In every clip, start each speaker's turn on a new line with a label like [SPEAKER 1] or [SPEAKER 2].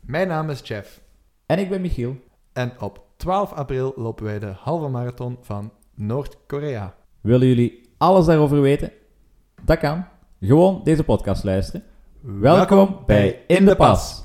[SPEAKER 1] Mijn naam is Jeff
[SPEAKER 2] En ik ben Michiel.
[SPEAKER 1] en op 12 april lopen wij de halve marathon van Noord-Korea.
[SPEAKER 2] Willen jullie alles daarover weten? Dat kan. Gewoon deze podcast luisteren. Welkom, bij In de Pas.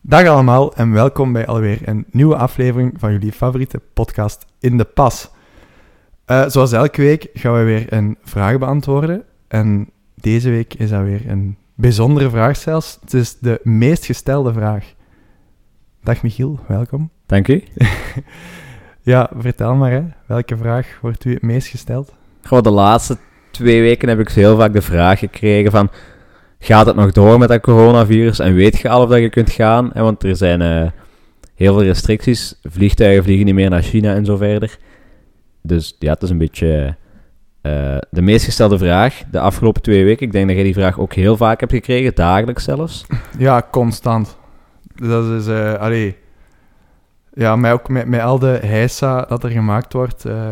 [SPEAKER 1] Dag allemaal en welkom bij alweer een nieuwe aflevering van jullie favoriete podcast In de Pas. Eh, zoals elke week gaan we weer een vraag beantwoorden. En deze week is dat weer een bijzondere vraag zelfs. Het is de meest gestelde vraag. Dag Michiel, welkom.
[SPEAKER 2] Dank u.
[SPEAKER 1] Ja, vertel maar, hè. welke vraag wordt u het meest gesteld?
[SPEAKER 2] Goh, de laatste twee weken heb ik heel vaak de vraag gekregen van... Gaat het nog door met dat coronavirus? En weet je al of dat je kunt gaan? En want er zijn eh, heel veel restricties. Vliegtuigen vliegen niet meer naar China en zo verder. Dus ja, het is een beetje eh, de meest gestelde vraag de afgelopen twee weken. Ik denk dat jij die vraag ook heel vaak hebt gekregen, dagelijks zelfs.
[SPEAKER 1] Ja, constant. Dat is, eh allee... Ja, maar ook met, met al de heisa dat er gemaakt wordt eh,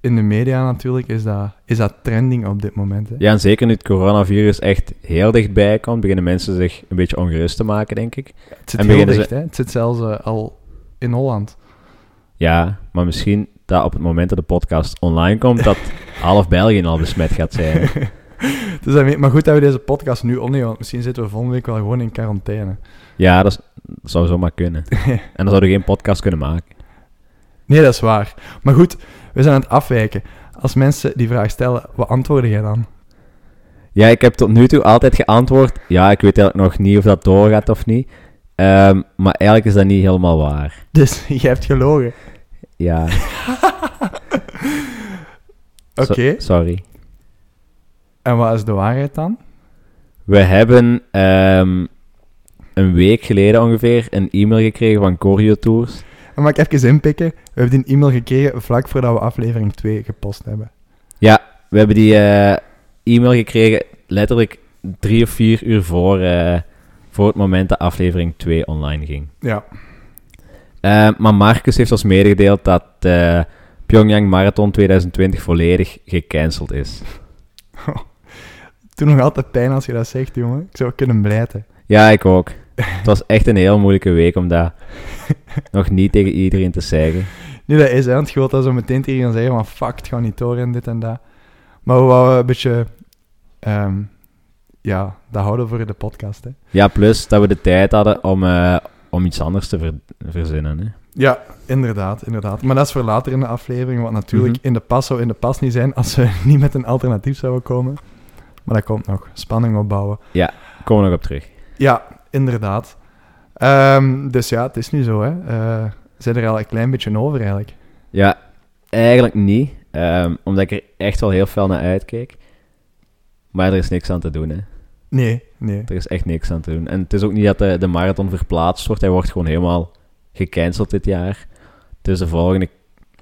[SPEAKER 1] in de media natuurlijk, is dat, is dat trending op dit moment. Hè?
[SPEAKER 2] Ja, en zeker nu het coronavirus echt heel dichtbij komt, beginnen mensen zich een beetje ongerust te maken, denk ik.
[SPEAKER 1] Het zit
[SPEAKER 2] en
[SPEAKER 1] heel
[SPEAKER 2] beginnen ze-
[SPEAKER 1] dicht, hè. Het zit zelfs eh, al in Holland.
[SPEAKER 2] Ja, maar misschien dat op het moment dat de podcast online komt, dat half België al besmet gaat zijn.
[SPEAKER 1] Dus dat weet- maar goed dat we deze podcast nu opnemen, want misschien zitten we volgende week wel gewoon in quarantaine.
[SPEAKER 2] Ja, dat, is- dat zou zomaar kunnen. En dan zouden we geen podcast kunnen maken.
[SPEAKER 1] Nee, dat is waar. Maar goed, we zijn aan het afwijken. Als mensen die vraag stellen, wat antwoorden jij dan?
[SPEAKER 2] Ja, ik heb tot nu toe altijd geantwoord, ja, ik weet eigenlijk nog niet of dat doorgaat of niet. Ehm, maar eigenlijk is dat niet helemaal waar.
[SPEAKER 1] Dus jij hebt gelogen.
[SPEAKER 2] Ja,
[SPEAKER 1] Oké,
[SPEAKER 2] sorry.
[SPEAKER 1] en wat is de waarheid dan?
[SPEAKER 2] We hebben ehm, een week geleden ongeveer een e-mail gekregen van Corio Tours.
[SPEAKER 1] En mag ik even inpikken? We hebben die e-mail gekregen vlak voordat we aflevering 2 gepost hebben.
[SPEAKER 2] We hebben die eh, e-mail gekregen letterlijk drie of vier uur voor, eh, voor het moment dat aflevering 2 online ging.
[SPEAKER 1] Ja.
[SPEAKER 2] Eh, maar Marcus heeft ons medegedeeld dat eh Pyongyang Marathon 2020 volledig gecanceld is.
[SPEAKER 1] Toen nog altijd pijn als je dat zegt, jongen. Ik zou kunnen blijten.
[SPEAKER 2] Ja, ik ook. Het was echt een heel moeilijke week om dat nog niet tegen iedereen te zeggen.
[SPEAKER 1] Nu, dat is, hè, want je wilt dat zo meteen tegen gaan zeggen van fuck, het gaat niet door en dit en dat. Maar we wouden een beetje... ehm, ja, dat houden voor de podcast, hè.
[SPEAKER 2] Ja, plus dat we de tijd hadden om, eh, om iets anders te ver- verzinnen. Hè.
[SPEAKER 1] Ja, inderdaad, inderdaad. Maar dat is voor later in de aflevering, want natuurlijk
[SPEAKER 2] Mhm.
[SPEAKER 1] in de pas zou in de pas niet zijn als we niet met een alternatief zouden komen. Maar dat komt nog. Spanning opbouwen.
[SPEAKER 2] Komen we nog op terug.
[SPEAKER 1] Ja, inderdaad. Ehm, dus ja, het is nu zo, hè. Eh zijn er al een klein beetje over, eigenlijk.
[SPEAKER 2] Ja, eigenlijk niet. Ehm, omdat ik er echt wel heel fel naar uitkeek. Maar er is niks aan te doen, hè.
[SPEAKER 1] Nee, nee.
[SPEAKER 2] Er is echt niks aan te doen. En het is ook niet dat de, de marathon verplaatst wordt. Hij wordt gewoon helemaal gecanceld dit jaar. Dus de volgende...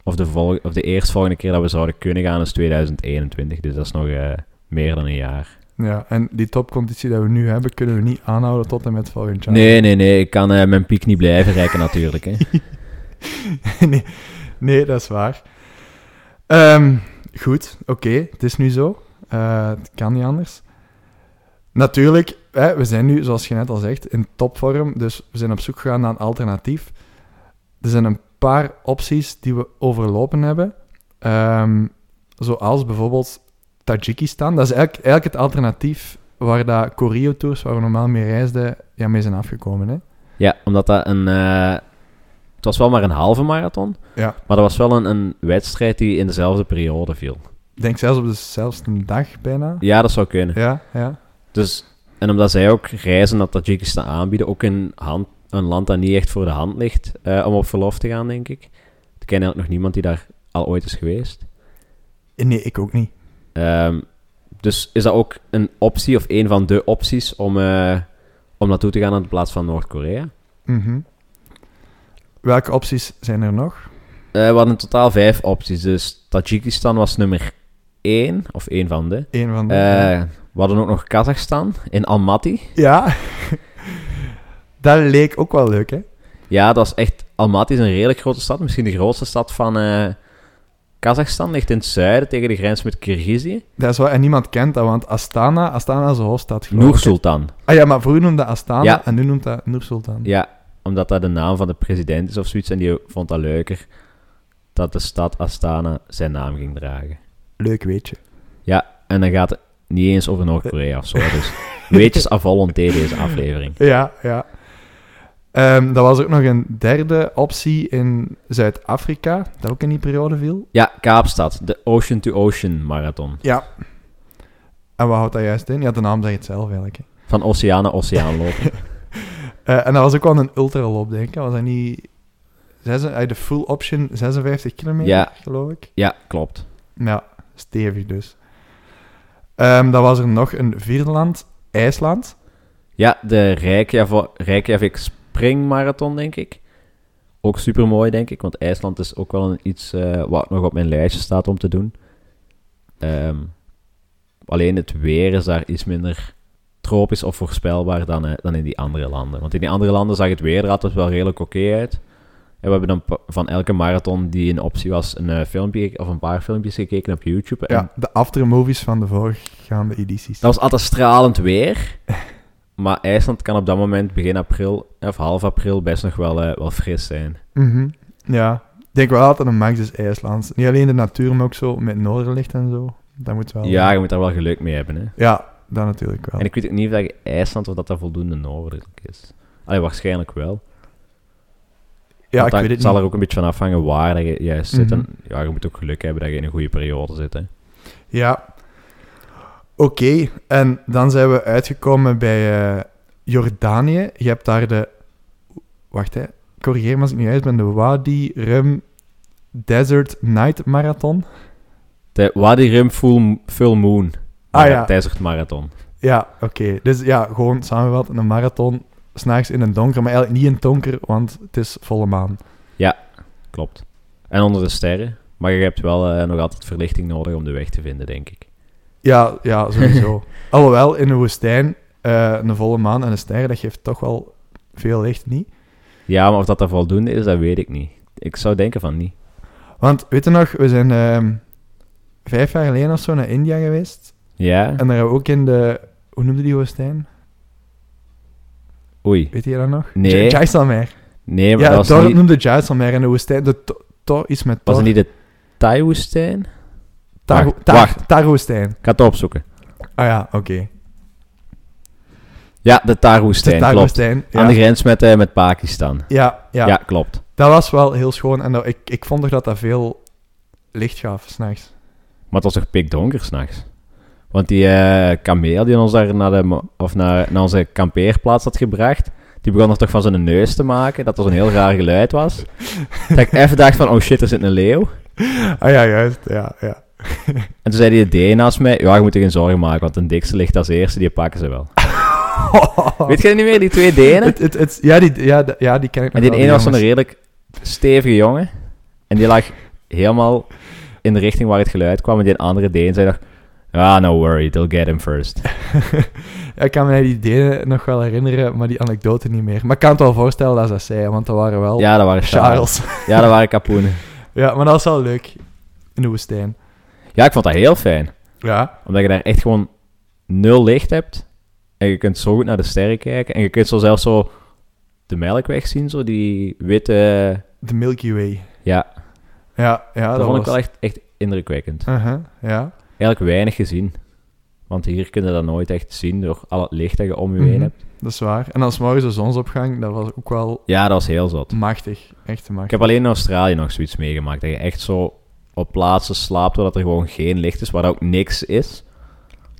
[SPEAKER 2] Of de, volg, of de eerstvolgende keer dat we zouden kunnen gaan is 2021. Dus dat is nog eh, meer dan een jaar.
[SPEAKER 1] Ja, en die topconditie die we nu hebben, kunnen we niet aanhouden tot en met volgend jaar.
[SPEAKER 2] Nee, nee, nee. Ik kan eh, mijn piek niet blijven reiken natuurlijk, hè.
[SPEAKER 1] nee, nee, dat is waar. Ehm, goed, oké, het is nu zo. Eh, het kan niet anders. Natuurlijk, hè, we zijn nu, zoals je net al zegt, in topvorm. Dus we zijn op zoek gegaan naar een alternatief. Er zijn een paar opties die we overlopen hebben. Ehm, zoals bijvoorbeeld Tajikistan. Dat is eigenlijk, eigenlijk het alternatief waar dat Koryo Tours, waar we normaal mee reisden, ja, mee zijn afgekomen. Hè?
[SPEAKER 2] Ja, omdat dat een... eh, het was wel maar een halve marathon.
[SPEAKER 1] Ja.
[SPEAKER 2] Maar dat was wel een, een wedstrijd die in dezelfde periode viel.
[SPEAKER 1] Ik denk zelfs op dezelfde dag bijna.
[SPEAKER 2] Ja, dat zou kunnen.
[SPEAKER 1] Ja, ja.
[SPEAKER 2] Dus, en omdat zij ook reizen naar Tajikistan aanbieden, ook een, hand, een land dat niet echt voor de hand ligt eh, om op verlof te gaan, denk ik. Ik ken eigenlijk nog niemand die daar al ooit is geweest.
[SPEAKER 1] Eh, Nee, ik ook niet.
[SPEAKER 2] Ehm, dus is dat ook een optie of een van de opties om, eh, om naartoe te gaan aan de plaats van Noord-Korea?
[SPEAKER 1] Welke opties zijn er nog?
[SPEAKER 2] Eh, we hadden in totaal vijf opties. Dus Tajikistan was nummer één, of één van de.
[SPEAKER 1] Eén van de.
[SPEAKER 2] Eh, we hadden ook nog Kazachstan in Almaty.
[SPEAKER 1] ja. Dat leek ook wel leuk, hè?
[SPEAKER 2] Ja, dat is echt... Almaty is een redelijk grote stad. Misschien de grootste stad van eh, Kazachstan. Ligt in het zuiden, tegen de grens met Kirgizië.
[SPEAKER 1] Dat is wel, en niemand kent dat, want Astana, Astana is de hoofdstad, geloof ik.
[SPEAKER 2] Noor-Sultan.
[SPEAKER 1] Ah ja, maar vroeger noemde dat Astana
[SPEAKER 2] Ja.
[SPEAKER 1] en nu noemt dat Noor-Sultan.
[SPEAKER 2] Ja, omdat dat de naam van de president is of zoiets. En die vond dat leuker dat de stad Astana zijn naam ging dragen.
[SPEAKER 1] Leuk weetje.
[SPEAKER 2] En dan gaat het niet eens over Noord-Korea of zo. Dus weetjes à volonté deze aflevering.
[SPEAKER 1] Ja, ja. Ehm dat was ook nog een derde optie in Zuid-Afrika, dat ook in die periode viel.
[SPEAKER 2] Ja, Kaapstad. De Ocean to Ocean Marathon.
[SPEAKER 1] Ja. En wat houdt dat juist in? Ja, de naam zegt het zelf eigenlijk. hè.
[SPEAKER 2] Van oceaan naar oceaan lopen.
[SPEAKER 1] Eh, en dat was ook wel een ultraloop, denk ik. Was dat niet... Zes, eh, de full option 56 kilometer,
[SPEAKER 2] Ja.
[SPEAKER 1] geloof ik.
[SPEAKER 2] Ja, klopt.
[SPEAKER 1] Ja, stevig dus. Ehm dan was er nog een vierde land, IJsland.
[SPEAKER 2] Ja, de Reykjavo- Reykjavik Spring Marathon, denk ik. Ook super mooi, denk ik. Want IJsland is ook wel een iets eh, wat nog op mijn lijstje staat om te doen. Ehm, alleen het weer is daar iets minder tropisch of voorspelbaar dan, eh, dan in die andere landen. Want in die andere landen zag het weer er altijd wel redelijk oké uit. En we hebben dan pa- van elke marathon die een optie was, een eh, filmpje of een paar filmpjes gekeken op YouTube. En
[SPEAKER 1] Ja, de aftermovies van de voorgaande edities.
[SPEAKER 2] dat was altijd stralend weer. Maar IJsland kan op dat moment, begin april of half april, best nog wel, eh, wel fris zijn.
[SPEAKER 1] Mhm. Ja, ik denk wel altijd een max is IJsland. Niet alleen de natuur, maar ook zo met noorderlicht en zo. Dat moet wel.
[SPEAKER 2] Ja, je moet daar wel geluk mee hebben. Hè?
[SPEAKER 1] ja dat natuurlijk wel.
[SPEAKER 2] En ik weet ook niet of dat je IJsland of dat, dat voldoende noordelijk is. Allee, waarschijnlijk wel.
[SPEAKER 1] ja,
[SPEAKER 2] Want
[SPEAKER 1] ik
[SPEAKER 2] dat
[SPEAKER 1] weet het
[SPEAKER 2] zal
[SPEAKER 1] niet.
[SPEAKER 2] er ook een beetje van afhangen waar dat je juist zit.
[SPEAKER 1] Mhm.
[SPEAKER 2] En ja, je moet ook geluk hebben dat je in een goede periode zit. Hè?
[SPEAKER 1] Ja. Oké, en dan zijn we uitgekomen bij eh, Jordanië. Je hebt daar de... Wacht, hè. Corrigeer me als ik niet uit ben. De Wadi Rum Desert Night Marathon.
[SPEAKER 2] De Wadi Rum Full, Full Moon.
[SPEAKER 1] Ah, ja.
[SPEAKER 2] Desert Marathon.
[SPEAKER 1] Ja, oké. Dus ja, gewoon samengevat een marathon. S'nachts in het donker, maar eigenlijk niet in het donker, want het is volle maan.
[SPEAKER 2] Klopt. En onder de sterren. Maar je hebt wel eh, nog altijd verlichting nodig om de weg te vinden, denk ik.
[SPEAKER 1] Ja, ja, sowieso. Alhoewel, in een woestijn, eh, een volle maan en een ster, dat geeft toch wel veel licht, niet?
[SPEAKER 2] Ja, maar of dat, dat voldoende is, dat weet ik niet. Ik zou denken van niet.
[SPEAKER 1] Want, weet je nog, we zijn ehm, vijf jaar geleden of zo naar India geweest.
[SPEAKER 2] Ja?
[SPEAKER 1] En daar hebben we ook in de... Hoe noemde die woestijn?
[SPEAKER 2] Oei.
[SPEAKER 1] Weet je dat nog?
[SPEAKER 2] Nee.
[SPEAKER 1] Ja- Jaisalmer.
[SPEAKER 2] Nee, maar
[SPEAKER 1] Ja,
[SPEAKER 2] dat
[SPEAKER 1] het
[SPEAKER 2] was
[SPEAKER 1] dorp
[SPEAKER 2] niet,
[SPEAKER 1] noemde Jaisalmer en de woestijn... De to, to- iets met
[SPEAKER 2] was
[SPEAKER 1] to,
[SPEAKER 2] het niet de Thai-woestijn?
[SPEAKER 1] Tar,
[SPEAKER 2] Wacht,
[SPEAKER 1] Tar-
[SPEAKER 2] wacht.
[SPEAKER 1] Tarwoestijn.
[SPEAKER 2] Ik ga het opzoeken.
[SPEAKER 1] Ah ja, oké.
[SPEAKER 2] Ja, de
[SPEAKER 1] Het is
[SPEAKER 2] Thar-woestijn, klopt.
[SPEAKER 1] Tarwoestijn.
[SPEAKER 2] Aan de
[SPEAKER 1] Ja.
[SPEAKER 2] grens met, eh, met Pakistan.
[SPEAKER 1] Ja, ja.
[SPEAKER 2] Ja. klopt.
[SPEAKER 1] dat was wel heel schoon. En dat, ik, ik vond toch dat dat veel licht gaf, s'nachts.
[SPEAKER 2] Maar het was toch pikdonker s'nachts? Want die eh, kameel die ons daar naar, de, mo- of naar, naar onze kampeerplaats had gebracht, die begon er toch van zijn neus te maken, dat er zo'n heel raar geluid was. dat ik even dacht van, oh shit, er zit een leeuw.
[SPEAKER 1] Ah ja, juist. Ja, ja.
[SPEAKER 2] En toen zei die D naast mij, ja, je moet je geen zorgen maken, want de dikste ligt als eerste, die pakken ze wel. Weet je niet meer, die twee Denen?
[SPEAKER 1] Het, het, het, ja, die, ja, de- ja, die ken ik
[SPEAKER 2] En
[SPEAKER 1] nog
[SPEAKER 2] die
[SPEAKER 1] wel,
[SPEAKER 2] ene was zo'n
[SPEAKER 1] jongens.
[SPEAKER 2] redelijk stevige jongen. En die lag helemaal in de richting waar het geluid kwam. En die andere Deen zei nog... Ah, no worry, they'll get him first.
[SPEAKER 1] Ja, ik kan me die ideeën nog wel herinneren, maar die anekdote niet meer. Maar ik kan het wel voorstellen dat ze dat zei, want dat waren wel
[SPEAKER 2] Ja, dat waren Charles.
[SPEAKER 1] Oh, Charles.
[SPEAKER 2] Ja, dat waren kapoenen.
[SPEAKER 1] ja, maar dat was wel leuk. In de woestijn.
[SPEAKER 2] Ja, ik vond dat heel fijn.
[SPEAKER 1] Ja.
[SPEAKER 2] Omdat je daar echt gewoon nul licht hebt. En je kunt zo goed naar de sterren kijken. En je kunt zo zelfs zo de melkweg zien. Zo die witte...
[SPEAKER 1] De Milky Way.
[SPEAKER 2] Ja,
[SPEAKER 1] Ja, ja
[SPEAKER 2] dat,
[SPEAKER 1] dat,
[SPEAKER 2] vond
[SPEAKER 1] was...
[SPEAKER 2] ik wel echt, echt indrukwekkend.
[SPEAKER 1] Uh-huh, ja.
[SPEAKER 2] Eigenlijk weinig gezien. Want hier kun je dat nooit echt zien door al het licht dat je om je heen
[SPEAKER 1] Mhm,
[SPEAKER 2] hebt.
[SPEAKER 1] Dat is waar. En dan 's morgens de zonsopgang, dat was ook wel
[SPEAKER 2] Ja, dat was heel zot.
[SPEAKER 1] machtig. Echt
[SPEAKER 2] Ik
[SPEAKER 1] machtig.
[SPEAKER 2] heb alleen in Australië nog zoiets meegemaakt. Dat je echt zo op plaatsen slaapt waar dat er gewoon geen licht is, waar dat ook niks is.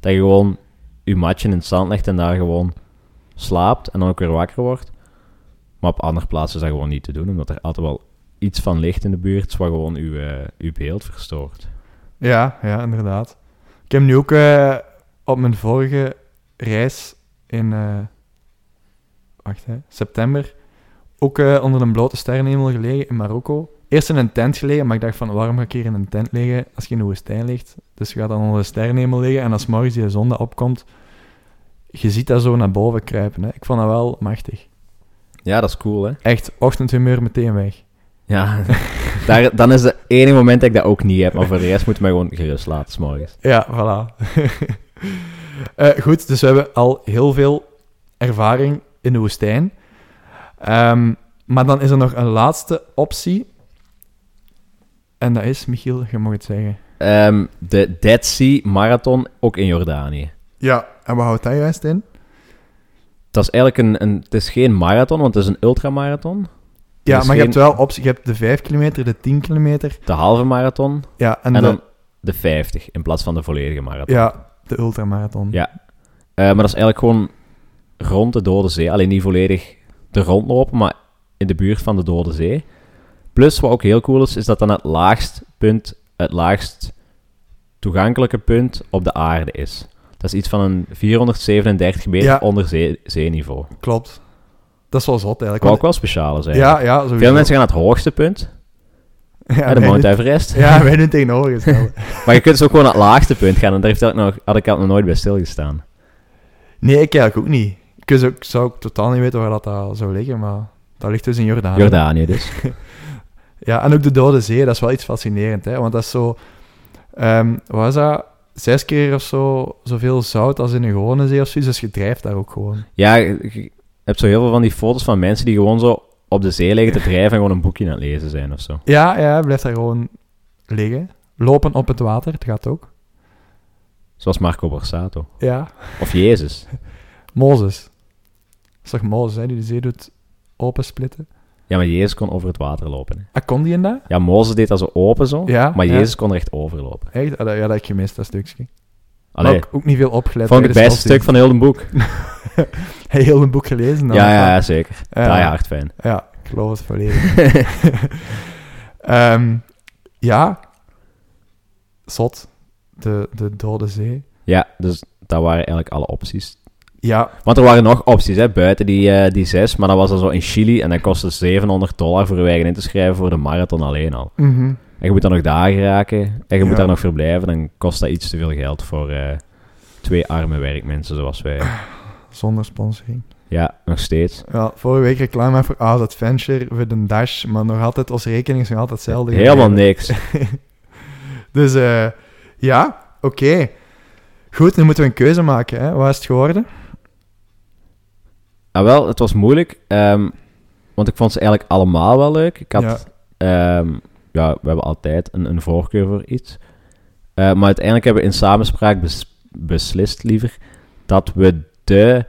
[SPEAKER 2] Dat je gewoon je matje in het zand legt en daar gewoon slaapt en dan ook weer wakker wordt. Maar op andere plaatsen is dat gewoon niet te doen, omdat er altijd wel iets van licht in de buurt is wat gewoon uw, eh, uw beeld verstoort.
[SPEAKER 1] Ja, ja, inderdaad. Ik heb nu ook eh, op mijn vorige reis in... eh, wacht, hè, september... Ook eh, onder een blote sterrenhemel gelegen in Marokko. Eerst in een tent gelegen, maar ik dacht van... Waarom ga ik hier in een tent liggen als je in een woestijn ligt? Dus je gaat dan onder de sterrenhemel liggen. En als morgens die zon opkomt... Je ziet dat zo naar boven kruipen. Hè. Ik vond dat wel machtig.
[SPEAKER 2] Ja, dat is cool, hè?
[SPEAKER 1] Echt, ochtendhumeur meteen weg.
[SPEAKER 2] Ja, Daar, dan is het enige moment dat ik dat ook niet heb. Maar voor de rest moet je mij gewoon gerust laten, s'morgens.
[SPEAKER 1] Ja, voilà. Eh, goed, dus we hebben al heel veel ervaring in de woestijn. Ehm, maar dan is er nog een laatste optie. En dat is, Michiel, je mag het zeggen.
[SPEAKER 2] Ehm, de Dead Sea Marathon, ook in Jordanië.
[SPEAKER 1] Ja, en wat houdt dat juist in?
[SPEAKER 2] Dat is eigenlijk een, een... Het is geen marathon, want het is een ultramarathon.
[SPEAKER 1] Ja,
[SPEAKER 2] Dus
[SPEAKER 1] maar je
[SPEAKER 2] geen-
[SPEAKER 1] hebt wel opties. Je hebt de 5 kilometer, de 10 kilometer.
[SPEAKER 2] De halve marathon.
[SPEAKER 1] Ja, en,
[SPEAKER 2] En
[SPEAKER 1] de,
[SPEAKER 2] dan de 50 in plaats van de volledige marathon.
[SPEAKER 1] ja, de ultramarathon.
[SPEAKER 2] Ja. Eh, maar dat is eigenlijk gewoon rond de Dode Zee. Alleen niet volledig de rondlopen, maar in de buurt van de Dode Zee. Plus, wat ook heel cool is, is dat dan het laagst punt, het laagst toegankelijke punt op de aarde is. Dat is iets van een 437 meter
[SPEAKER 1] Ja.
[SPEAKER 2] onder zee, zeeniveau.
[SPEAKER 1] Klopt. Dat is wel zot eigenlijk.
[SPEAKER 2] Wat
[SPEAKER 1] Want-
[SPEAKER 2] ook wel speciaal is eigenlijk.
[SPEAKER 1] Ja, ja, sowieso.
[SPEAKER 2] Veel mensen gaan naar het hoogste punt,
[SPEAKER 1] ja,
[SPEAKER 2] hè, de
[SPEAKER 1] wij
[SPEAKER 2] Mount
[SPEAKER 1] doen-
[SPEAKER 2] Everest.
[SPEAKER 1] Ja, wij doen tegenovergestelde.
[SPEAKER 2] Maar je kunt dus ook gewoon naar het laagste punt gaan. En daar heeft eigenlijk nog, had ik eigenlijk nog nooit bij stilgestaan.
[SPEAKER 1] Nee, ik eigenlijk ook niet. Ik wist ook- zou ook totaal niet weten waar dat daar zou liggen, maar dat ligt dus in Jordanië.
[SPEAKER 2] Jordanië dus.
[SPEAKER 1] Ja, en ook de Dode Zee, dat is wel iets fascinerend, hè? want dat is zo... ehm wat is dat? Zes keer of zo zoveel zout als in een gewone zee of zoiets, dus je drijft daar ook gewoon.
[SPEAKER 2] Ja, je je hebt zo heel veel van die foto's van mensen die gewoon zo op de zee liggen te drijven en gewoon een boekje aan het lezen zijn of zo.
[SPEAKER 1] Ja, ja, blijf daar gewoon liggen. Lopen op het water, dat gaat ook.
[SPEAKER 2] Zoals Marco Borsato.
[SPEAKER 1] Ja.
[SPEAKER 2] Of Jezus.
[SPEAKER 1] Mozes. Dat is toch Mozes, hè, die de zee doet opensplitten?
[SPEAKER 2] Ja, maar Jezus kon over het water lopen. hè.
[SPEAKER 1] Ah, kon die in dat?
[SPEAKER 2] Ja, Mozes deed dat zo open zo,
[SPEAKER 1] Ja,
[SPEAKER 2] maar
[SPEAKER 1] ja.
[SPEAKER 2] Jezus kon er echt overlopen.
[SPEAKER 1] Echt? Ah, dat, ja, dat heb ik gemist, dat stukje. Maar
[SPEAKER 2] Allee,
[SPEAKER 1] Ook, ook niet veel opgelet.
[SPEAKER 2] vond ik het
[SPEAKER 1] tijdens
[SPEAKER 2] beste stuk
[SPEAKER 1] godsdienst.
[SPEAKER 2] van heel het boek.
[SPEAKER 1] Heb je heel een boek gelezen? dan? Ah,
[SPEAKER 2] Ja, ja, ja, zeker.
[SPEAKER 1] Nou, Ja.
[SPEAKER 2] Die hard fijn.
[SPEAKER 1] Ja, ik geloof het volledig. Ehm, ja. Zot. De, de Dode Zee.
[SPEAKER 2] Ja, dus dat waren eigenlijk alle opties.
[SPEAKER 1] Ja,
[SPEAKER 2] Want er waren nog opties, hè, buiten die, eh, die zes. Maar dat was dan zo in Chili en dat kostte 700 dollar voor je eigen in te schrijven voor de marathon alleen al.
[SPEAKER 1] mhm.
[SPEAKER 2] En je moet dan nog dagen raken. En je
[SPEAKER 1] Ja.
[SPEAKER 2] moet daar nog verblijven. Dan kost dat iets te veel geld voor eh, twee arme werkmensen zoals wij.
[SPEAKER 1] zonder sponsoring.
[SPEAKER 2] Ja, nog steeds.
[SPEAKER 1] Ja, vorige week reclame voor AZ Adventure, voor de Dash, maar nog altijd, onze rekening is nog altijd hetzelfde.
[SPEAKER 2] Helemaal
[SPEAKER 1] gebleven.
[SPEAKER 2] niks.
[SPEAKER 1] Dus eh, ja, oké. Goed, nu moeten we een keuze maken. Hè. Wat is het geworden?
[SPEAKER 2] Ah, wel, het was moeilijk. ehm, want ik vond ze eigenlijk allemaal wel leuk. Ik had...
[SPEAKER 1] Ja.
[SPEAKER 2] ehm, ja, we hebben altijd een, een voorkeur voor iets. Eh, maar uiteindelijk hebben we in samenspraak bes- beslist, liever, dat we de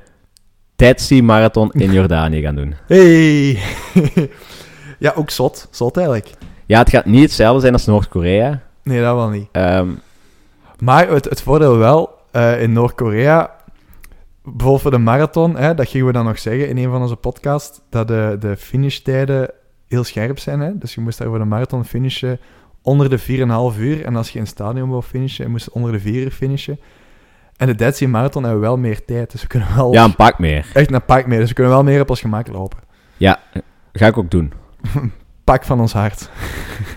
[SPEAKER 2] Tetsi Marathon in Jordanië gaan doen.
[SPEAKER 1] Hey! ja, ook zot. Zot eigenlijk.
[SPEAKER 2] Ja, het gaat niet hetzelfde zijn als Noord-Korea.
[SPEAKER 1] Nee, dat wel niet.
[SPEAKER 2] Ehm,
[SPEAKER 1] Maar het, het voordeel wel, eh, in Noord-Korea, bijvoorbeeld voor de marathon, hè, dat gingen we dan nog zeggen in een van onze podcasts, dat de, de finishtijden heel scherp zijn. Hè? Dus je moest daar voor de marathon finishen onder de 4,5 uur. En als je in het stadion wou finishen, je moest je onder de 4 uur finishen. En de Dead Sea Marathon hebben we wel meer tijd, dus we kunnen wel
[SPEAKER 2] ja, een pak meer.
[SPEAKER 1] echt naar pak meer. Dus we kunnen wel meer op ons gemak lopen.
[SPEAKER 2] Ja, ga ik ook doen.
[SPEAKER 1] Pak van ons hart.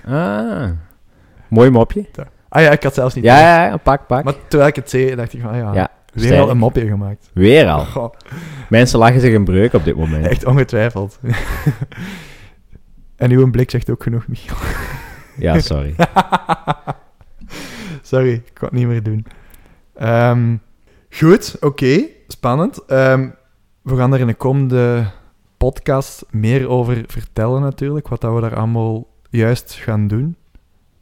[SPEAKER 2] Ah. Mooi mopje.
[SPEAKER 1] Ah ja, ik had zelfs niet...
[SPEAKER 2] Ja, ja, ja, pak, pak.
[SPEAKER 1] Maar terwijl ik het zei, dacht ik van, ah ja,
[SPEAKER 2] Ja,
[SPEAKER 1] weer
[SPEAKER 2] sterk.
[SPEAKER 1] al een mopje gemaakt.
[SPEAKER 2] Weer al.
[SPEAKER 1] Goh.
[SPEAKER 2] Mensen lachen zich een breuk op dit moment.
[SPEAKER 1] Echt ongetwijfeld. en uw blik zegt ook genoeg, Michiel.
[SPEAKER 2] Ja, sorry.
[SPEAKER 1] Sorry, ik kon het niet meer doen. Ehm, goed, oké. Spannend. Ehm, we gaan er in de komende podcast meer over vertellen natuurlijk, wat dat we daar allemaal juist gaan doen.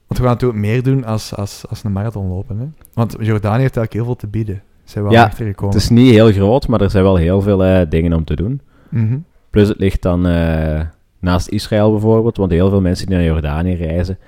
[SPEAKER 1] Want we gaan natuurlijk meer doen als, als, als een marathon lopen. Hè? Want Jordanië heeft eigenlijk heel veel te bieden. Zijn we al
[SPEAKER 2] Ja,
[SPEAKER 1] achtergekomen.
[SPEAKER 2] Het is niet heel groot, maar er zijn wel heel veel eh, dingen om te doen.
[SPEAKER 1] Mhm.
[SPEAKER 2] Plus het ligt dan eh, naast Israël bijvoorbeeld, want heel veel mensen die naar Jordanië reizen,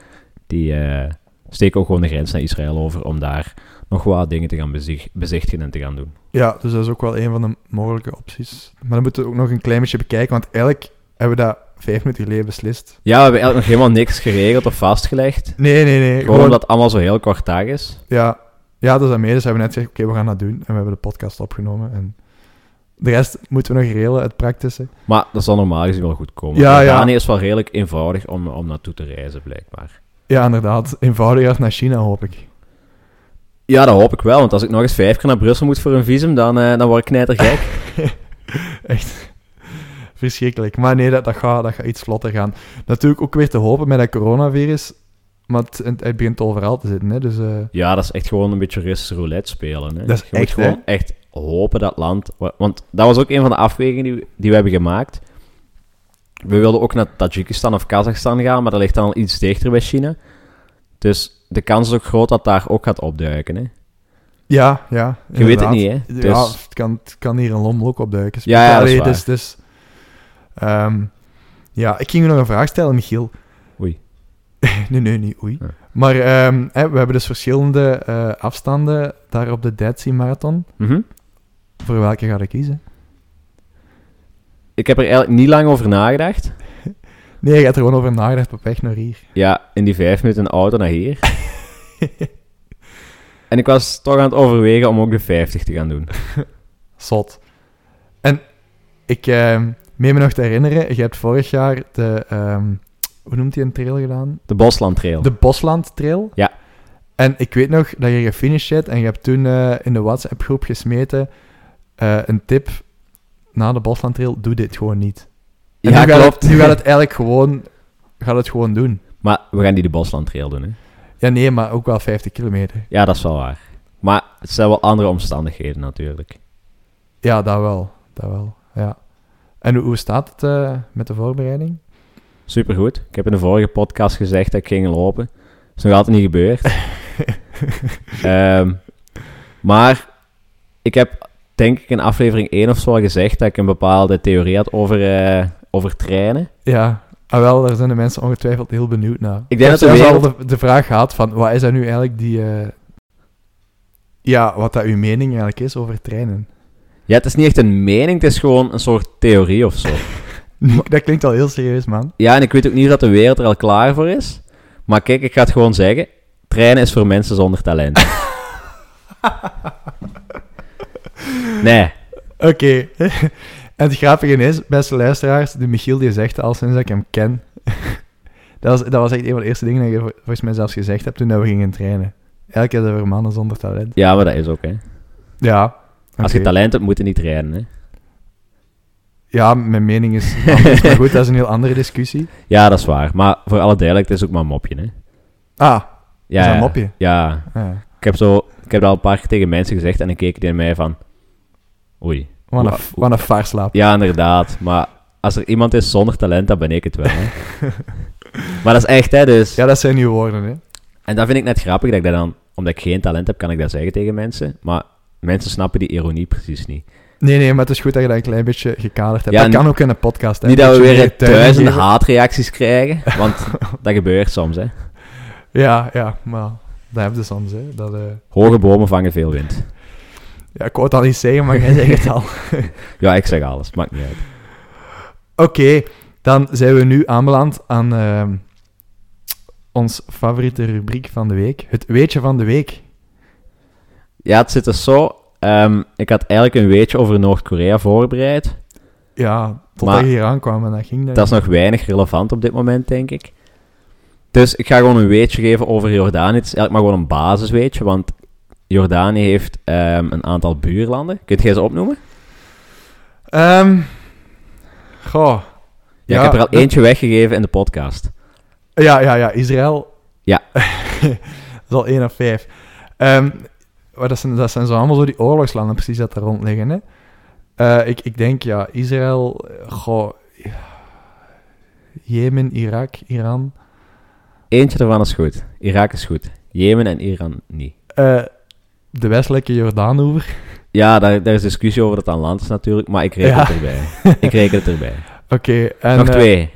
[SPEAKER 2] die eh, steken ook gewoon de grens naar Israël over om daar nog wat dingen te gaan bezig- bezichtigen en te gaan doen.
[SPEAKER 1] Ja, dus dat is ook wel een van de mogelijke opties. Maar dan moeten we ook nog een klein beetje bekijken, want eigenlijk hebben we dat vijf minuten geleden beslist.
[SPEAKER 2] Ja, we hebben eigenlijk nog helemaal niks geregeld of vastgelegd.
[SPEAKER 1] Nee, nee, nee.
[SPEAKER 2] Gewoon omdat het allemaal zo heel kort dag is.
[SPEAKER 1] Ja, ja, dat is aan mee. Dus hebben we net gezegd, oké, we gaan dat doen. En we hebben de podcast opgenomen. En de rest moeten we nog regelen, het praktische.
[SPEAKER 2] Maar dat zal normaal gezien wel goed komen.
[SPEAKER 1] Ja, ja.
[SPEAKER 2] Jordanië is wel redelijk eenvoudig om, om naartoe te reizen, blijkbaar.
[SPEAKER 1] Ja, inderdaad. Eenvoudiger als naar China, hoop ik.
[SPEAKER 2] Ja, dat hoop ik wel, want als ik nog eens vijf keer naar Brussel moet voor een visum, dan, eh, dan word ik knijtergek.
[SPEAKER 1] Echt. verschrikkelijk. Maar nee, dat, dat, gaat, dat gaat iets vlotter gaan. Natuurlijk ook weer te hopen met dat coronavirus. Maar het, het- het begint overal te zitten, hè. Dus eh,
[SPEAKER 2] Ja, dat is echt gewoon een beetje Russisch roulette spelen. Hè.
[SPEAKER 1] Dat is
[SPEAKER 2] je moet
[SPEAKER 1] echt, hè?
[SPEAKER 2] gewoon echt hopen dat land... wa- Want dat was ook een van de afwegingen die, we- die we hebben gemaakt. We wilden ook naar Tajikistan of Kazachstan gaan, maar dat ligt dan al iets dichter bij China. Dus de kans is ook groot dat daar ook gaat opduiken. Hè. Je
[SPEAKER 1] ja, ja.
[SPEAKER 2] weet het
[SPEAKER 1] inderdaad.
[SPEAKER 2] niet, hè? Dus,
[SPEAKER 1] Ja, het kan, het kan hier een lommel ook opduiken.
[SPEAKER 2] Ja, ja, dat is
[SPEAKER 1] Allee,
[SPEAKER 2] waar.
[SPEAKER 1] Dus, dus, ehm, ja, ik ging u nog een vraag stellen, Michiel.
[SPEAKER 2] Oei.
[SPEAKER 1] nee, nee, niet oei.
[SPEAKER 2] Nee.
[SPEAKER 1] Maar ehm, hè, we hebben dus verschillende eh, afstanden daar op de Dead Sea Marathon.
[SPEAKER 2] Mhm.
[SPEAKER 1] Voor welke ga ik kiezen?
[SPEAKER 2] Ik heb er eigenlijk niet lang over nagedacht.
[SPEAKER 1] Nee, je hebt er gewoon over nagedacht op weg naar hier.
[SPEAKER 2] Ja, in die vijf minuten in de auto naar hier. en ik was toch aan het overwegen om ook de 50 te gaan doen.
[SPEAKER 1] Zot. En ik ehm meen me nog te herinneren, je hebt vorig jaar de... ehm, hoe noemt die een trail gedaan?
[SPEAKER 2] De Bosland Trail.
[SPEAKER 1] De Bosland Trail.
[SPEAKER 2] Ja.
[SPEAKER 1] En ik weet nog dat je gefinished hebt en je hebt toen eh, in de WhatsApp-groep gesmeten eh, een tip na de Bosland Trail, doe dit gewoon niet. En
[SPEAKER 2] Ja,
[SPEAKER 1] nu gaat
[SPEAKER 2] klopt.
[SPEAKER 1] Het, nu gaat het eigenlijk gewoon, gaat het gewoon doen.
[SPEAKER 2] Maar we gaan die de Bosland Trail doen, hè?
[SPEAKER 1] Ja, nee, maar ook wel 50 kilometer.
[SPEAKER 2] Ja, dat is wel waar. Maar het zijn wel andere omstandigheden natuurlijk.
[SPEAKER 1] Ja, dat wel. Dat wel, ja. En hoe, hoe staat het eh, met de voorbereiding?
[SPEAKER 2] Supergoed. Ik heb in de vorige podcast gezegd dat ik ging lopen. is nog altijd niet gebeurd. Ehm, maar ik heb denk ik in aflevering 1 of zo al gezegd dat ik een bepaalde theorie had over, eh, over trainen.
[SPEAKER 1] Ja, ah, wel, daar zijn de mensen ongetwijfeld heel benieuwd naar.
[SPEAKER 2] denk
[SPEAKER 1] heb
[SPEAKER 2] dat de
[SPEAKER 1] zelfs
[SPEAKER 2] wereld-
[SPEAKER 1] al de, de vraag gehad van, wat is dat nu eigenlijk die... eh, Ja, wat dat uw mening eigenlijk is over trainen.
[SPEAKER 2] Ja, het is niet echt een mening, het is gewoon een soort theorie of zo.
[SPEAKER 1] Dat klinkt al heel serieus, man.
[SPEAKER 2] Ja, en ik weet ook niet of dat de wereld er al klaar voor is. Maar kijk, ik ga het gewoon zeggen. Trainen is voor mensen zonder talent. nee.
[SPEAKER 1] Oké. en het grappige is, beste luisteraars, de Michiel die zegt al sinds dat ik hem ken... dat, was, dat was echt een van de eerste dingen die je vol- volgens mij zelfs gezegd hebt toen dat we gingen trainen. Eigenlijk is dat voor mannen zonder talent.
[SPEAKER 2] Ja, maar dat is ook, hè.
[SPEAKER 1] Ja.
[SPEAKER 2] Als
[SPEAKER 1] oké.
[SPEAKER 2] je talent hebt, moet je niet trainen, hè.
[SPEAKER 1] Ja, mijn mening is anders, maar goed, dat is een heel andere discussie.
[SPEAKER 2] Ja, dat is waar. Maar voor alle duidelijkheid, het is ook maar een mopje, hè.
[SPEAKER 1] Ah,
[SPEAKER 2] Ja,
[SPEAKER 1] is dat
[SPEAKER 2] ja.
[SPEAKER 1] een mopje?
[SPEAKER 2] Ja.
[SPEAKER 1] Ah,
[SPEAKER 2] Ik heb, zo, ik heb dat al een paar keer tegen mensen gezegd en dan keken die naar mij van... Oei.
[SPEAKER 1] wat een,
[SPEAKER 2] Wa-
[SPEAKER 1] wat een vaarslaap.
[SPEAKER 2] Ja, inderdaad. Maar als er iemand is zonder talent, dan ben ik het wel, hè. maar dat is echt, hè, dus...
[SPEAKER 1] Ja, dat zijn nieuwe woorden, hè.
[SPEAKER 2] En dat vind ik net grappig, dat ik dat dan, omdat ik geen talent heb, kan ik dat zeggen tegen mensen. Maar mensen snappen die ironie precies niet.
[SPEAKER 1] Nee, nee, maar het is goed dat je dat een klein beetje gekaderd hebt.
[SPEAKER 2] Ja,
[SPEAKER 1] dat kan ook in een podcast, hè.
[SPEAKER 2] niet
[SPEAKER 1] Een
[SPEAKER 2] dat we
[SPEAKER 1] beetje
[SPEAKER 2] weer
[SPEAKER 1] meer
[SPEAKER 2] duizenden
[SPEAKER 1] geven.
[SPEAKER 2] haatreacties krijgen, want dat gebeurt soms. Hè.
[SPEAKER 1] Ja, ja, maar dat heb je soms, hè. Dat, eh,
[SPEAKER 2] Hoge bomen vangen veel wind.
[SPEAKER 1] Ja, ik wou het al niet zeggen, maar jij zegt het al.
[SPEAKER 2] Ja, ik zeg alles, maakt niet uit.
[SPEAKER 1] Oké, dan zijn we nu aanbeland aan ehm, ons favoriete rubriek van de week. Het weetje van de week.
[SPEAKER 2] Ja, het zit dus zo. ehm, ik had eigenlijk een weetje over Noord-Korea voorbereid.
[SPEAKER 1] Ja, totdat
[SPEAKER 2] Maar-
[SPEAKER 1] je hier aankwam en dat ging dan.
[SPEAKER 2] Eh, Dat is nog weinig relevant op dit moment, denk ik. Dus ik ga gewoon een weetje geven over Jordanië. Het is eigenlijk maar gewoon een basisweetje, want Jordanië heeft ehm, een aantal buurlanden. Kunt jij ze opnoemen?
[SPEAKER 1] Ehm, goh.
[SPEAKER 2] Ja, ik heb er al
[SPEAKER 1] dat-
[SPEAKER 2] eentje weggegeven in de podcast.
[SPEAKER 1] Ja, ja, ja. Israël.
[SPEAKER 2] Ja.
[SPEAKER 1] dat is al één of vijf. Ehm, maar dat zijn, dat zijn zo allemaal zo die oorlogslanden precies dat daar rond liggen, hè. Eh, ik, ik denk, ja, Israël, eh, goh... ja, Jemen, Irak, Iran.
[SPEAKER 2] Eentje ervan is goed. Irak is goed. Jemen en Iran niet.
[SPEAKER 1] Eh, de westelijke Jordaanoever.
[SPEAKER 2] Ja, daar, daar is discussie over dat het aan land is natuurlijk, maar ik reken
[SPEAKER 1] Ja.
[SPEAKER 2] het erbij. Ik reken het erbij.
[SPEAKER 1] Oké, en...
[SPEAKER 2] Nog
[SPEAKER 1] eh,
[SPEAKER 2] twee.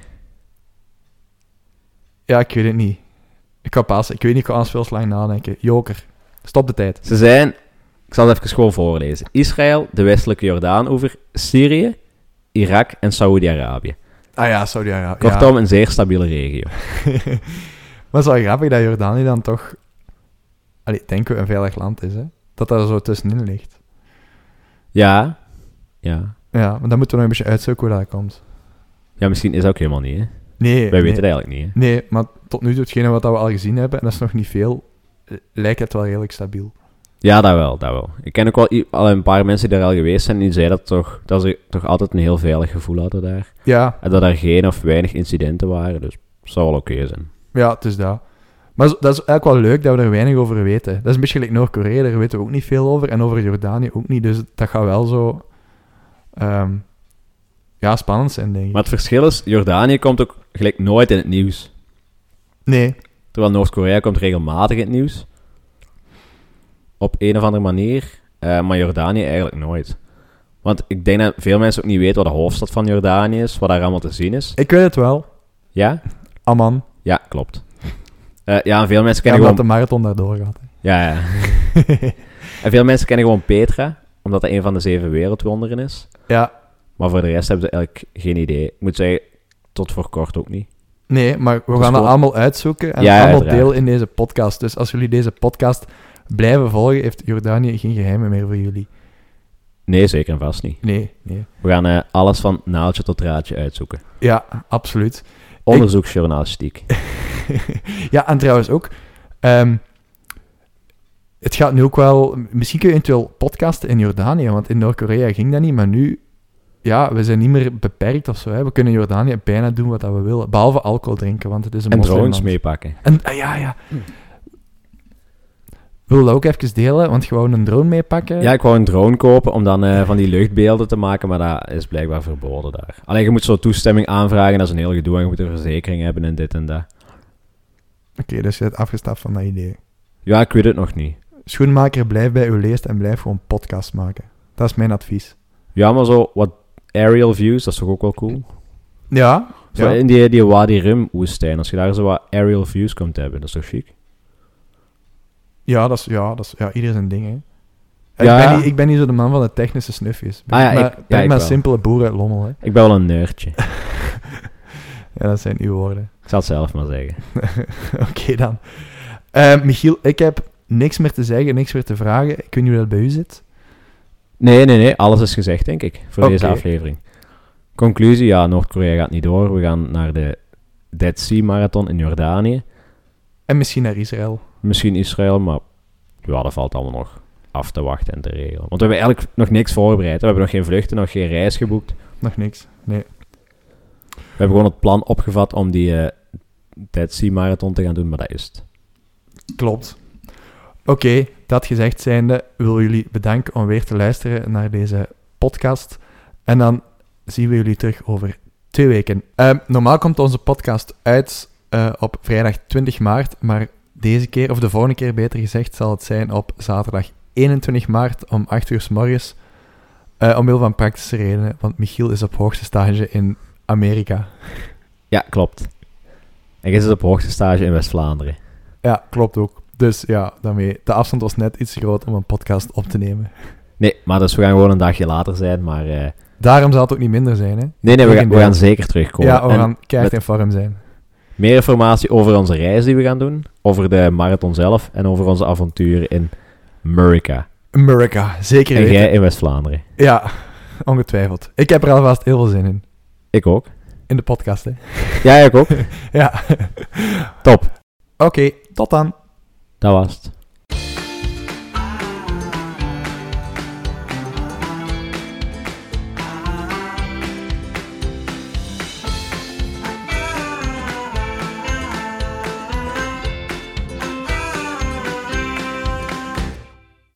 [SPEAKER 1] ja, ik weet het niet. Ik ga passen. Ik weet niet, ik kan anders veel te lang nadenken. Joker. Stop de tijd.
[SPEAKER 2] Ze zijn, ik zal het even gewoon voorlezen. Israël, de westelijke Jordaanoever, Syrië, Irak en Saoedi-Arabië.
[SPEAKER 1] Ah ja, sorry, ja, ja.
[SPEAKER 2] Kortom, een zeer stabiele regio.
[SPEAKER 1] Maar het is wel grappig dat Jordanië dan toch... Allee, denken we een veilig land is, hè? Dat dat er zo tussenin ligt.
[SPEAKER 2] Ja, ja.
[SPEAKER 1] Ja, maar dan moeten we nog een beetje uitzoeken hoe dat komt.
[SPEAKER 2] Ja, misschien is dat ook helemaal niet, hè?
[SPEAKER 1] Nee,
[SPEAKER 2] Wij
[SPEAKER 1] nee,
[SPEAKER 2] weten het eigenlijk niet, hè?
[SPEAKER 1] nee, maar tot nu toe, hetgene wat we al gezien hebben, en dat is nog niet veel, eh, lijkt het wel redelijk stabiel.
[SPEAKER 2] Ja, dat wel, dat wel. Ik ken ook wel i- al een paar mensen die daar al geweest zijn. Die zeiden dat, toch, dat ze toch altijd een heel veilig gevoel hadden daar.
[SPEAKER 1] Ja,
[SPEAKER 2] En dat er geen of weinig incidenten waren. Dus het zou wel oké zijn.
[SPEAKER 1] ja, het is dat. Maar zo- dat is eigenlijk wel leuk dat we er weinig over weten. Dat is een beetje gelijk Noord-Korea, daar weten we ook niet veel over. En over Jordanië ook niet. Dus dat gaat wel zo... ehm, ja, spannend zijn, denk ik.
[SPEAKER 2] Maar het verschil is, Jordanië komt ook gelijk nooit in het nieuws.
[SPEAKER 1] Nee,
[SPEAKER 2] Terwijl Noord-Korea komt regelmatig in het nieuws. Op een of andere manier. Eh, maar Jordanië eigenlijk nooit. Want ik denk dat veel mensen ook niet weten wat de hoofdstad van Jordanië is. Wat daar allemaal te zien is.
[SPEAKER 1] ik weet het wel.
[SPEAKER 2] Ja?
[SPEAKER 1] Amman.
[SPEAKER 2] Ja, klopt. Eh, ja, en veel mensen
[SPEAKER 1] Ja,
[SPEAKER 2] kennen
[SPEAKER 1] omdat de
[SPEAKER 2] gewoon...
[SPEAKER 1] marathon daardoor gaat. hè.
[SPEAKER 2] Ja, ja. en veel mensen kennen gewoon Petra. Omdat dat een van de zeven wereldwonderen is.
[SPEAKER 1] Ja,
[SPEAKER 2] Maar voor de rest hebben ze eigenlijk geen idee. Ik moet zeggen, tot voor kort ook niet.
[SPEAKER 1] nee, maar we
[SPEAKER 2] is
[SPEAKER 1] gaan dat
[SPEAKER 2] gewoon-
[SPEAKER 1] allemaal uitzoeken. En
[SPEAKER 2] Ja,
[SPEAKER 1] allemaal
[SPEAKER 2] uiteraard.
[SPEAKER 1] deel in deze podcast. Dus als jullie deze podcast blijven volgen, heeft Jordanië geen geheimen meer voor jullie.
[SPEAKER 2] Nee, zeker en vast niet.
[SPEAKER 1] Nee, nee.
[SPEAKER 2] We gaan eh, alles van naaldje tot draadje uitzoeken.
[SPEAKER 1] Ja, absoluut.
[SPEAKER 2] Onderzoeksjournalistiek.
[SPEAKER 1] ja, en trouwens ook. ehm, het gaat nu ook wel. Misschien kun je eventueel podcasten in Jordanië, want in Noord-Korea ging dat niet. Maar nu, ja, we zijn niet meer beperkt of zo. Hè. We kunnen in Jordanië bijna doen wat dat we willen. Behalve alcohol drinken, want het is een
[SPEAKER 2] En drones
[SPEAKER 1] moslimland.
[SPEAKER 2] meepakken.
[SPEAKER 1] En, ah, ja, ja. Wil dat ook even delen, want gewoon een drone meepakken.
[SPEAKER 2] Ja, ik wou een drone kopen om dan eh, van die luchtbeelden te maken, maar dat is blijkbaar verboden daar. Alleen je moet zo toestemming aanvragen, dat is een heel gedoe, en je moet een verzekering hebben en dit en dat.
[SPEAKER 1] Oké, dus je hebt afgestapt van dat idee.
[SPEAKER 2] Ja, ik weet het nog niet.
[SPEAKER 1] Schoenmaker, blijf bij uw leest en blijf gewoon podcast maken. Dat is mijn advies.
[SPEAKER 2] Ja, maar zo wat aerial views, dat is toch ook wel cool?
[SPEAKER 1] Ja,
[SPEAKER 2] Zo
[SPEAKER 1] ja.
[SPEAKER 2] in die, die Wadi Rim woestijn, als je daar zo wat aerial views komt hebben, dat is toch chic?
[SPEAKER 1] Ja, dat is, ja, dat is ja, ieder zijn ding, hè.
[SPEAKER 2] Ja,
[SPEAKER 1] ik,
[SPEAKER 2] ja.
[SPEAKER 1] ben niet, ik ben niet zo de man van de technische snufjes. Ben
[SPEAKER 2] Ah, ja,
[SPEAKER 1] maar,
[SPEAKER 2] ik-
[SPEAKER 1] ben
[SPEAKER 2] ja, ik
[SPEAKER 1] maar
[SPEAKER 2] wel.
[SPEAKER 1] simpele boer uit Lommel, hè.
[SPEAKER 2] Ik ben wel een nerdje. ik
[SPEAKER 1] Ja, dat zijn uw woorden.
[SPEAKER 2] zal het zelf maar zeggen.
[SPEAKER 1] Oké dan. Eh, Michiel, ik heb niks meer te zeggen, niks meer te vragen. Ik weet niet hoe dat bij u zit.
[SPEAKER 2] Nee, nee, nee, alles is gezegd, denk ik, voor deze
[SPEAKER 1] Oké.
[SPEAKER 2] aflevering. Conclusie, ja, Noord-Korea gaat niet door. We gaan naar de Dead Sea Marathon in Jordanië.
[SPEAKER 1] En misschien naar Israël.
[SPEAKER 2] Misschien Israël, maar ja, dat valt allemaal nog af te wachten en te regelen. Want we hebben eigenlijk nog niks voorbereid. We hebben nog geen vluchten, nog geen reis geboekt.
[SPEAKER 1] Nog niks. Nee.
[SPEAKER 2] We hebben gewoon het plan opgevat om die eh Dead Sea Marathon te gaan doen, maar dat is het.
[SPEAKER 1] Klopt. Oké, dat gezegd zijnde, wil jullie bedanken om weer te luisteren naar deze podcast. En dan zien we jullie terug over twee weken. Ehm, normaal komt onze podcast uit eh, op vrijdag 20 maart, maar deze keer, of de volgende keer beter gezegd, zal het zijn op zaterdag 21 maart om 8 uur s morgens. Eh omwille van praktische redenen, want Michiel is op hoogste stage in Amerika.
[SPEAKER 2] Ja, klopt. En jij zit op hoogtestage in West-Vlaanderen.
[SPEAKER 1] Ja, klopt ook. Dus ja, daarmee. De afstand was net iets te groot om een podcast op te nemen.
[SPEAKER 2] Nee, maar dus we gaan gewoon een dagje later zijn, maar... eh,
[SPEAKER 1] Daarom zal het ook niet minder zijn, hè?
[SPEAKER 2] Nee, nee, we gaan, we
[SPEAKER 1] Legendeel.
[SPEAKER 2] gaan zeker terugkomen.
[SPEAKER 1] Ja, we
[SPEAKER 2] En
[SPEAKER 1] gaan keihard
[SPEAKER 2] met-
[SPEAKER 1] in vorm zijn.
[SPEAKER 2] Meer informatie over onze reis die we gaan doen, over de marathon zelf en over onze avonturen in Murica.
[SPEAKER 1] America, zeker
[SPEAKER 2] En
[SPEAKER 1] weten.
[SPEAKER 2] jij in West-Vlaanderen.
[SPEAKER 1] Ja, ongetwijfeld. Ik heb er alvast heel veel zin in.
[SPEAKER 2] Ik ook.
[SPEAKER 1] In de podcast, hè?
[SPEAKER 2] Jij ook.
[SPEAKER 1] Ja.
[SPEAKER 2] Top.
[SPEAKER 1] Oké, tot dan.
[SPEAKER 2] Dat was het.